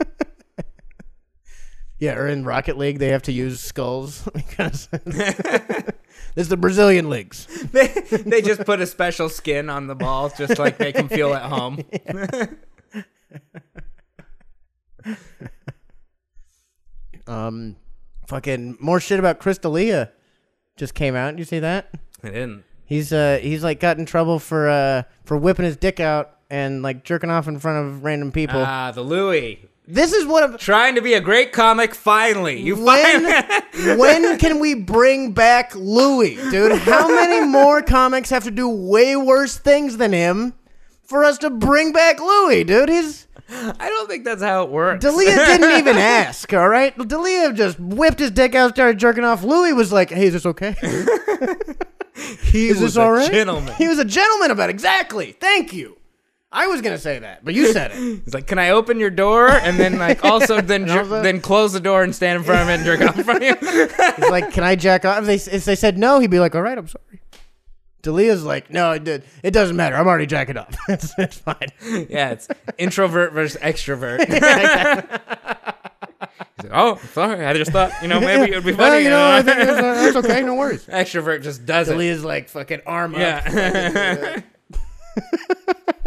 yeah, or in Rocket League, they have to use skulls because this is the Brazilian leagues.
They, they just put a special skin on the ball, just like make them feel at home.
Um, fucking more shit about Crystalia just came out. You see that?
I didn't.
He's uh he's like got in trouble for uh for whipping his dick out and like jerking off in front of random people.
Ah, the Louis.
this is what I'm
Trying to be a great comic, finally. You finally.
when when can we bring back Louis, dude? How many more comics have to do way worse things than him for us to bring back Louis, dude? He's
I don't think that's how it works.
Dalia didn't even ask, all right? Dalia just whipped his dick out, started jerking off. Louis was like, "Hey, is this okay? Is
he
this
was
all
a
right?"
gentleman.
He was a gentleman about it. exactly. Thank you. I was gonna say that, but you said it.
He's like, "Can I open your door?" And then like also then dr-
also-
then close the door and stand in front of it and jerk off in front of you.
He's like, "Can I jack off?" If they, if they said no, he'd be like, "All right, I'm sorry." Delia's like, "No, it did. It doesn't matter. I'm already jacking off. it's, it's fine."
yeah, it's introvert versus extrovert. He's like, oh, sorry. I just thought you know maybe it would be
Well,
funny.
you know, I think it's, uh, it's okay. No worries.
extrovert just does it.
Delia's like, "Fucking arm up."
Yeah.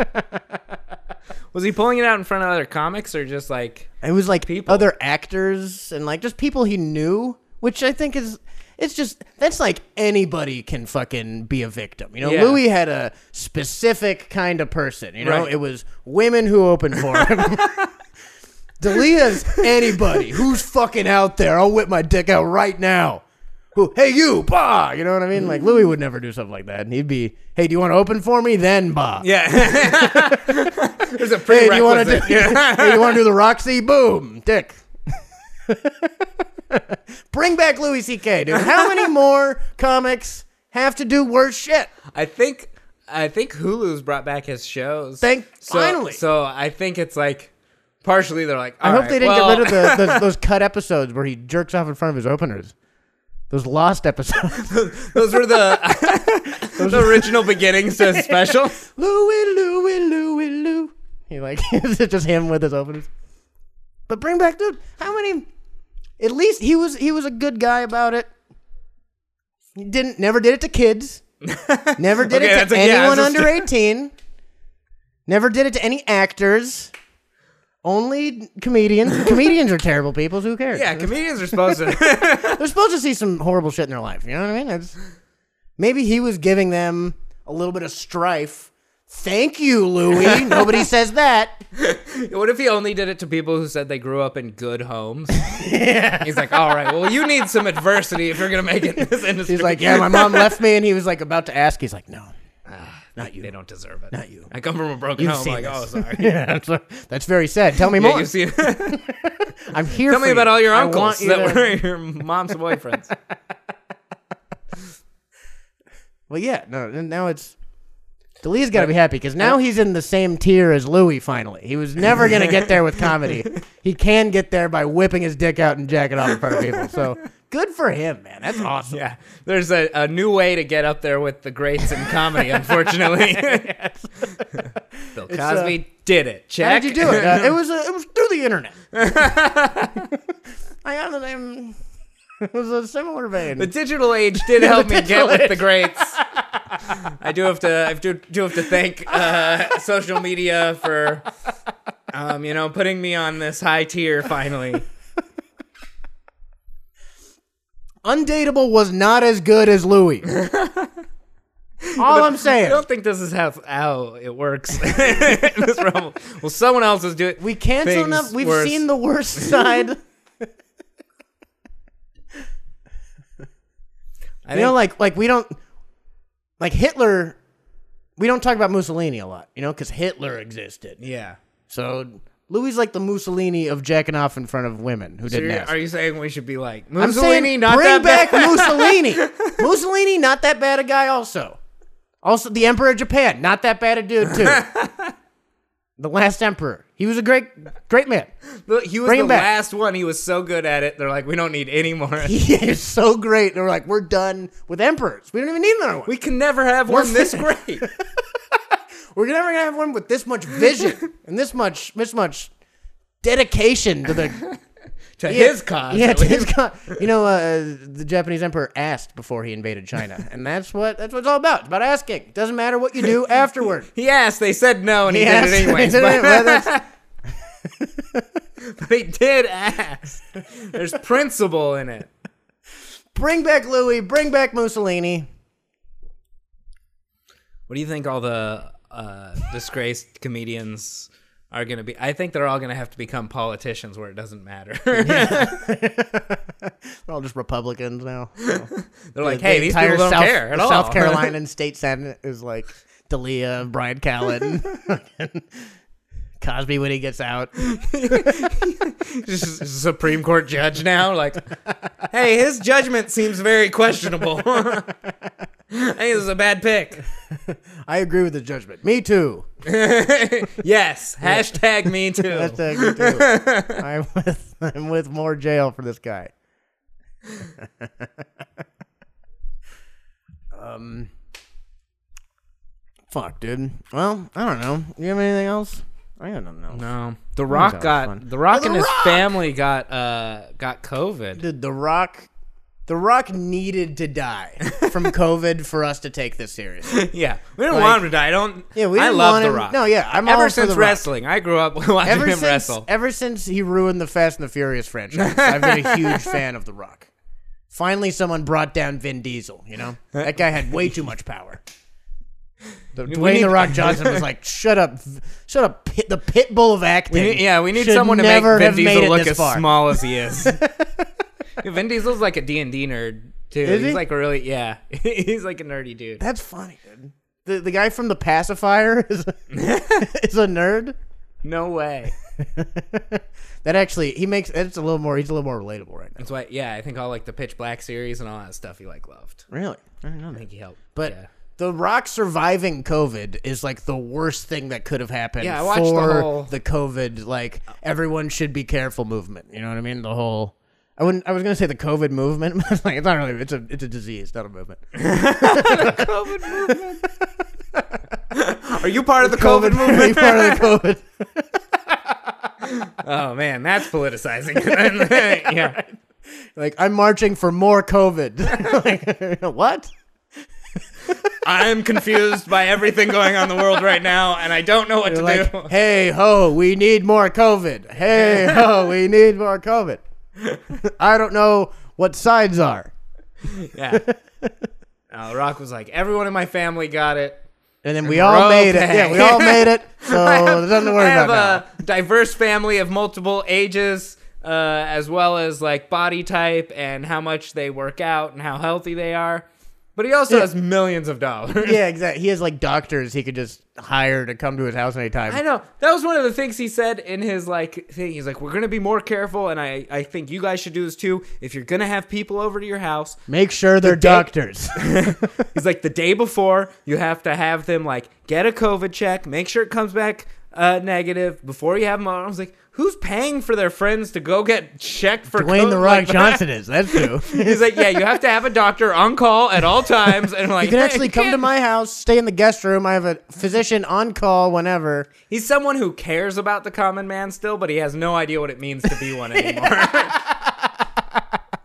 Was he pulling it out in front of other comics or just like
It was like
People.
other actors and like just people he knew, which I think is it's just that's like anybody can fucking be a victim. You know,
Yeah.
Louis had a specific kind of person. You know,
Right.
it was women who opened for him. Delia's anybody who's fucking out there. I'll whip my dick out right now. Who, hey you, bah, you know what I mean? Like Louis would never do something like that. And he'd be, hey, do you want to open for me? Then bah.
yeah? There's a
Hey, do you want to
prerequisite.
do? hey, you want to do the Roxy? Boom, dick. Bring back Louis C.K. Dude, how many more comics have to do worse shit?
I think I think Hulu's brought back his shows.
Thank-
so,
finally.
So I think it's like partially they're like
I hope they didn't get rid of the, those, those cut episodes where he jerks off in front of his openers. Those lost episodes.
those were the the original beginnings to his special.
Louis, Louis, Louis, Lou. He like is it just him with his openers? But bring back, dude. How many? At least he was he was a good guy about it. He didn't never did it to kids. Never did
Okay,
it
that's
to
a- yeah,
anyone
that's a
under eighteen. Never did it to any actors. Only comedians. comedians are terrible people. So who cares?
Yeah, comedians are supposed to.
They're supposed to see some horrible shit in their life. You know what I mean? That's maybe he was giving them a little bit of strife. Thank you, Louis. Nobody says that.
what if he only did it to people who said they grew up in good homes? He's like, all right, well, you need some adversity if you're gonna make it in this industry.
He's like, yeah, my mom left me, and he was like about to ask. He's like, no, ah, not
they
you.
don't deserve it.
Not you.
I come from a broken
You've
home.
seen
like,
this.
oh, sorry.
Yeah, that's, that's very sad. Tell me
Yeah,
more.
you've seen.
I'm here.
Tell
for
me
you.
about all your
I
uncles
want you
that
to-
were your mom's boyfriends.
Well, yeah, no, and now it's. Delee's got to be happy because now he's in the same tier as Louis. Finally, he was never gonna get there with comedy. He can get there by whipping his dick out and jacking off in front of people. So good for him, man. That's awesome.
Yeah, there's a, a new way to get up there with the greats in comedy. Unfortunately, Bill
uh,
Cosby did it.
How
Check.
did you do it? Uh, it was uh, it was through the internet. I got the name. It was a similar vein.
The digital age did help me get with the greats. I do have to I do, do have to thank uh, social media for um, you know putting me on this high tier finally.
Undateable was not as good as Louis. All I'm
I
saying,
don't think this is how how it works. in this realm. Well, someone else is doing.
we cancel
Things
enough. We've
worse.
seen the worst side.
I
You know, like
think-
like we don't like Hitler. We don't talk about Mussolini a lot, you know, because Hitler existed.
yeah.
So Louis is like the Mussolini of jacking off in front of women who
So
didn't
you're-
ask.
are you saying we should be like
I'm
Mussolini?
saying
not
bring
that
back
bad.
Mussolini. Mussolini, not that bad a guy. Also, also the Emperor of Japan, not that bad a dude too. the last emperor, he was a great great man.
Look, He was
Bring
the
him back.
last one. He was so good at it. They're like, we don't need any more.
He is so great. They're like, we're done with emperors. We don't even need another one.
We can never have one this great.
We're never gonna have one with this much vision and this much this much dedication to the
to his cause.
Yeah,
at
to his
least.
cause. You know, uh, the Japanese emperor asked before he invaded China, and that's what that's what it's all about. It's about asking. It doesn't matter what you do afterward.
He asked, they said no, and he,
Yes.
did it anyways.
Isn't it? Well,
but,
that's-
but he did ask. There's principle in it.
bring back Louis. Bring back Mussolini.
What do you think all the uh, disgraced comedians are going to be? I think they're all going to have to become politicians where it doesn't matter.
They're all just Republicans now.
they're like, hey, these people don't
South,
care at
the
all.
South Carolina state senate is like Dalia, Brian Callen, Cosby when he gets out.
Just a Supreme Court judge now. Like, hey, his judgment seems very questionable. I think this is a bad pick.
I agree with the judgment. Me too.
yes. Hashtag me too.
That's uh, me too. I'm with I'm with more jail for this guy. um, fuck, dude. Well, I don't know. You have anything else? I got nothing else.
no. The Rock
was
got
fun.
The
Oh,
Rock
The
and his
Rock!
family got uh got COVID.
Dude, The Rock, The Rock needed to die from COVID for us to take this seriously.
Yeah, we don't
Like-
want him to die. I don't.
Yeah, we
I
didn't
love
want
The
him-
Rock.
no, yeah, I'm all
ever
for
since
The Rock.
wrestling, I grew up watching
Ever
him
since,
wrestle.
ever since he ruined the Fast and the Furious franchise, I've been a huge fan of The Rock. Finally, someone brought down Vin Diesel. You know that guy had way too much power. The, Dwayne
need-
the Rock Johnson was like, "Shut up, v- shut up, pit, the pit bull of acting."
We need- yeah, we need
should
someone to make
never
Vin
have made
Diesel
it
look
this
as
far."
small as he is. Vin Diesel's like a D and D nerd too.
Is
he's
he?
like a really yeah. he's like a nerdy dude.
That's funny, dude. The the guy from the pacifier is a, is a nerd.
No way.
that actually he makes it's a little more he's a little more relatable right now.
That's why yeah, I think all like the Pitch Black series and all that stuff he like loved.
Really? I don't know.
I think he helped.
But
yeah.
The Rock surviving COVID is like the worst thing that could have happened
Yeah, I watched the
for
whole-
the COVID like everyone should be careful movement. You know what I mean? The whole I wouldn't I was gonna say the COVID movement, but like it's not really it's a it's a disease, not a movement.
are you part of the COVID, movement?
Are you part of the COVID.
Oh man, that's politicizing. it. yeah.
Like I'm marching for more COVID. like, what?
I'm confused by everything going on in the world right now, and I don't know what to
They're
do.
like, hey ho, we need more COVID. Hey ho, we need more COVID. I don't know what sides are.
Yeah. Uh, Rock was like, everyone in my family got it.
And then we all made it.
okay.
Yeah, we all made it. So Oh, there's nothing to worry
I have
about
a diverse family of multiple ages, uh, as well as like body type and how much they work out and how healthy they are. But he also has millions of dollars.
now. Yeah, exactly. He has like doctors he could just hire to come to his house anytime.
I know that was one of the things he said in his like thing. He's like, "We're gonna be more careful, and I I think you guys should do this too. If you're gonna have people over to your house,
Make sure they're
day-
doctors.
He's like, the day before, you have to have them like get a COVID check, make sure it comes back uh, negative before you have them on. I was like, who's paying for their friends to go get checked for
Wayne
COVID?
the Rock
Like,
Johnson is. That's true.
He's like, yeah, you have to have a doctor on call at all times, and I'm like
You can
"Hey,
actually come to
can't-
my house, stay in the guest room. I have a physician on call whenever.
He's someone who cares about the common man still, but he has no idea what it means to be one anymore.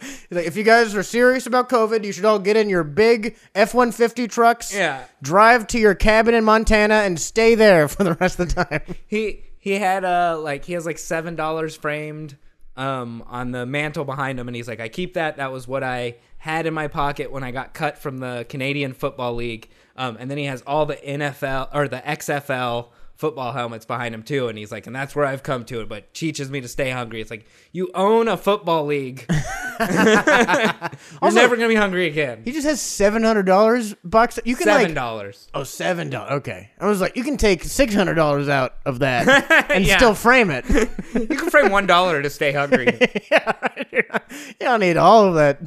He's like, if you guys are serious about COVID, you should all get in your big F 150 trucks,
Yeah.
drive to your cabin in Montana, and stay there for the rest of the time.
he he had uh like he has like seven dollars framed um on the mantle behind him and he's like i keep that that was what i had in my pocket when i got cut from the canadian football league um and then he has all the nfl or the xfl football helmets behind him too and he's like and that's where i've come to it but teaches me to stay hungry it's like you own a football league you're never gonna be hungry again
He just has seven hundred dollars bucks. You can
seven
like
dollars
oh seven dollars. Okay, I was like, you can take six hundred dollars out of that and
Yeah.
still frame it. you
you can frame one dollar to stay hungry
don't need all of that.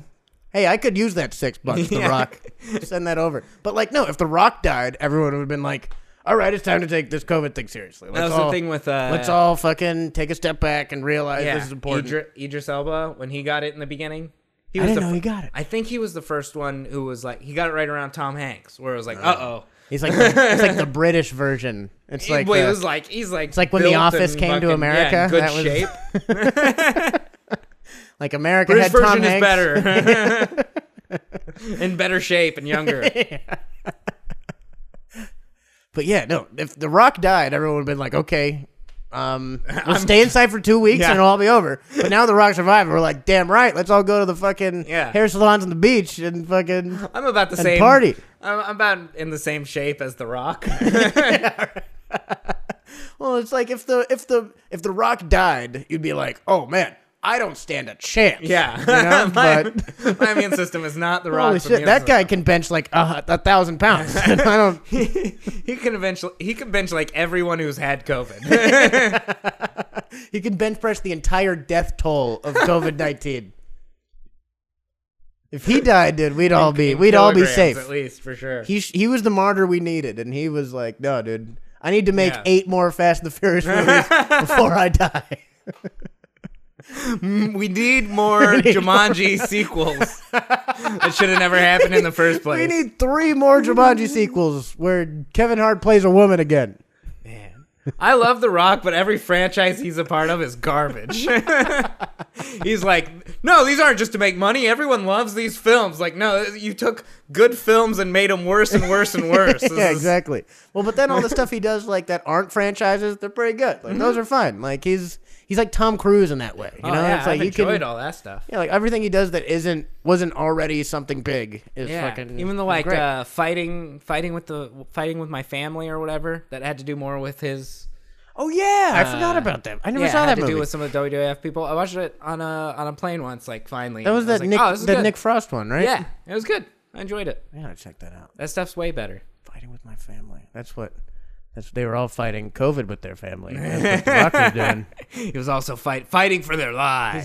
Hey, I could use that six bucks. The
Yeah.
Rock, send that over. But like, no, if The Rock died, everyone would have been like, all right, it's time to take this COVID thing seriously. Let's
that was
all,
the thing with uh
Let's all fucking take a step back and realize this is important.
Idri- Idris Elba when he got it in the beginning. He
I didn't
the
know
fir-
he got it.
I think he was the first one who was like he got it right around Tom Hanks, where it was like, uh oh.
He's like, the, it's like the British version. It's like uh,
Wait,
the-
it was like he's like it's
like when The Office came to America,
good
that was-
shape.
like America
British
had Tom
version is
Hanks.
better. in better shape and younger.
But yeah, no. If The Rock died, everyone would have been like, okay, um, we'll stay inside for two weeks
Yeah.
and it'll all be over. But now The Rock survived. We're like, damn right, let's all go to the fucking
Yeah.
hair salons on the beach and fucking.
I'm about the same
party.
I'm, I'm about in the same shape as The Rock.
Well, it's like if the if the if The Rock died, you'd be like, oh man, I don't stand a chance.
Yeah,
know,
my,
but-
my immune system is not The Rock.
Holy shit, that guy can bench like a, a thousand pounds. I don't.
he can eventually he can bench like everyone who's had COVID.
He can bench press the entire death toll of COVID nineteen. If he died, dude, we'd all be
in
we'd all be
kilograms
safe.
at least for sure.
He sh- he was the martyr we needed, and he was like, "No, dude, I need to make
Yeah.
eight more Fast and the Furious movies before I die."
we need more Jumanji sequels. that should have never happened in the first
We
place.
need three more Jumanji sequels where Kevin Hart plays a woman again.
Man. I love The Rock, but every franchise he's a part of is garbage. he's like, no, these aren't just to make money. Everyone loves these films. Like, no, you took good films and made them worse and worse and worse. This
yeah,
is-
exactly. Well, but then all the stuff he does like that aren't franchises, they're pretty good. Like those are fun. Like he's he's like Tom Cruise in that way. You
Oh,
know,
yeah,
it's like
I've
you can
enjoyed all that stuff.
yeah, like everything he does that isn't wasn't already something big is
Yeah,
fucking
even the like
great.
uh, fighting, fighting with the fighting with my family or whatever that had to do more with his.
oh yeah, I forgot
uh,
about that. I never
Yeah,
saw
had
that
to
movie.
do with some of the WWF people. I watched it on a on a plane once, like finally.
that was that Nick
oh, this is
that
good.
Nick Frost one, right?
Yeah, it was good. I enjoyed it.
I gotta check that out.
That stuff's way better.
Fighting with my family. That's what. That's they were all fighting COVID with their family. That's what The Rock was doing.
He was also fight fighting for their lives.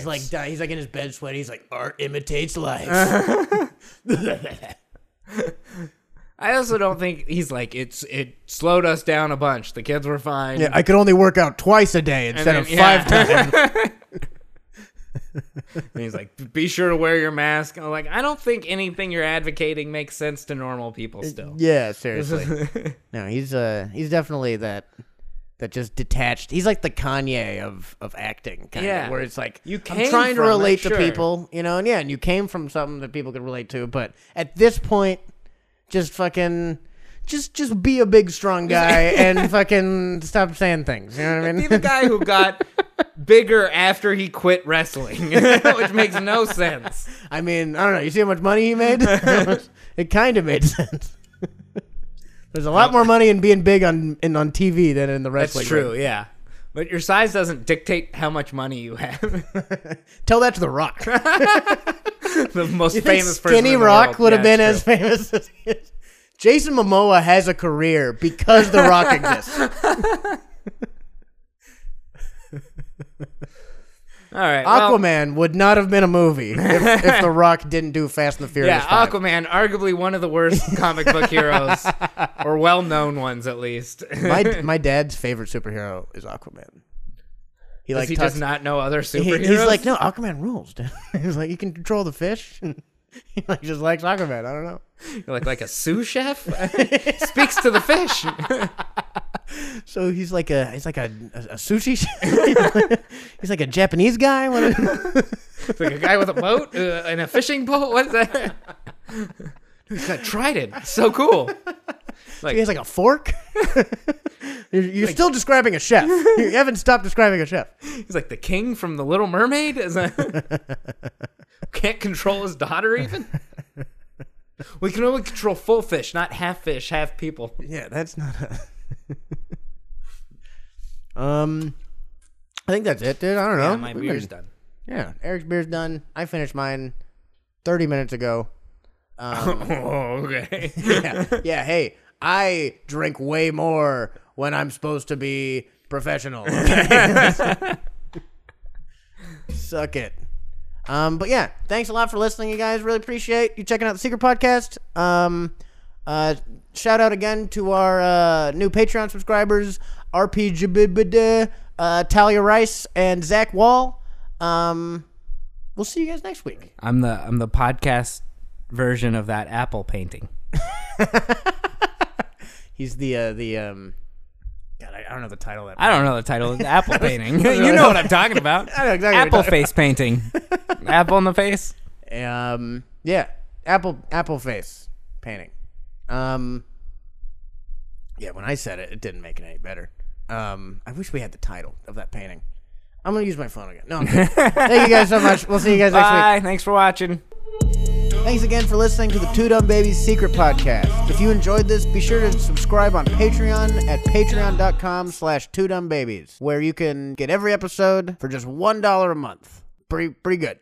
He's like di- he's like in his bed sweaty. He's like art imitates life.
I also don't think he's like it's it slowed us down a bunch. The kids were fine.
I could only work out twice a day
And then- yeah. And he's like, be sure to wear your mask. And I'm like, I don't think anything you're advocating makes sense to normal people still.
Uh, Yeah, seriously. no, he's uh he's definitely that that just detached. He's like the Kanye of of acting, kind
Yeah.
of where it's like
You
I'm
came
trying to
from it,
relate to
sure.
people, you know, and yeah, and you came from something that people could relate to, but at this point, just fucking. Just, just be a big, strong guy and fucking stop saying things. You know what I
Be
mean?
the guy who got bigger after he quit wrestling, which makes no sense.
I mean, I don't know. You see how much money he made? it kind of made sense. There's a lot more money in being big on in, on TV than in the
That's
wrestling.
true,
ring.
yeah. But your size doesn't dictate how much money you have.
Tell that to The Rock.
the most
You think
famous person.
Skinny
in the
Rock
world.
would have
Yeah,
been as
it's
famous as he is. Jason Momoa has a career because The Rock exists.
true. All right. well-
Aquaman would not have been a movie if, if The Rock didn't do Fast and the Furious.
Yeah,
5.
Aquaman, arguably one of the worst comic book heroes, or well-known ones at least.
my my dad's favorite superhero is Aquaman. He
Does
like
he
talks
does not know other
He-
superheroes.
he's like, no, Aquaman rules. dude." he's like, you can control the fish. he like just likes Aquaman. I don't know.
like like a sous chef speaks to the fish.
So he's like a he's like a, a, a sushi. chef? he's like a Japanese guy. What a-
It's like a guy with a boat uh, and a fishing pole. What's that? He's got trident. So cool.
he has like a fork. you're you're still describing a chef. You haven't stopped describing a chef.
He's like the king from the Little Mermaid. Is that- Can't control his daughter even. We can only control full fish, not half fish, half people.
Yeah, that's not a. um, I think that's it, dude. I don't know.
Yeah, my
We've
beer's
been-
done.
Yeah, Eric's beer's done. I finished mine thirty minutes ago.
Oh, okay.
yeah, yeah. Hey, I drink way more when I'm supposed to be professional. okay? Suck it. Um, but yeah, thanks a lot for listening, you guys. Really appreciate you checking out the Secret Podcast. Um, uh, shout out again to our uh, new Patreon subscribers, RPG uh, Talia Rice and Zach Wall. Um, we'll see you guys next week.
I'm the I'm the podcast version of that apple painting.
He's the uh, the um, God, I, I don't know the title of that.
I don't know the title of the apple painting. you know what I'm talking about.
I know exactly what
apple
you're talking
face painting. apple in the face.
Um, yeah, apple apple face painting. Um, yeah, when I said it, it didn't make it any better. Um, I wish we had the title of that painting. I'm gonna use my phone again. No, I'm kidding. thank you guys so much. We'll see you guys next week.
Bye. Thanks for watching.
Thanks again for listening to the Two Dumb Babies Secret Podcast. If you enjoyed this, be sure to subscribe on Patreon at patreon.com slash two dumb babies, where you can get every episode for just $1 a month. Pretty, pretty good.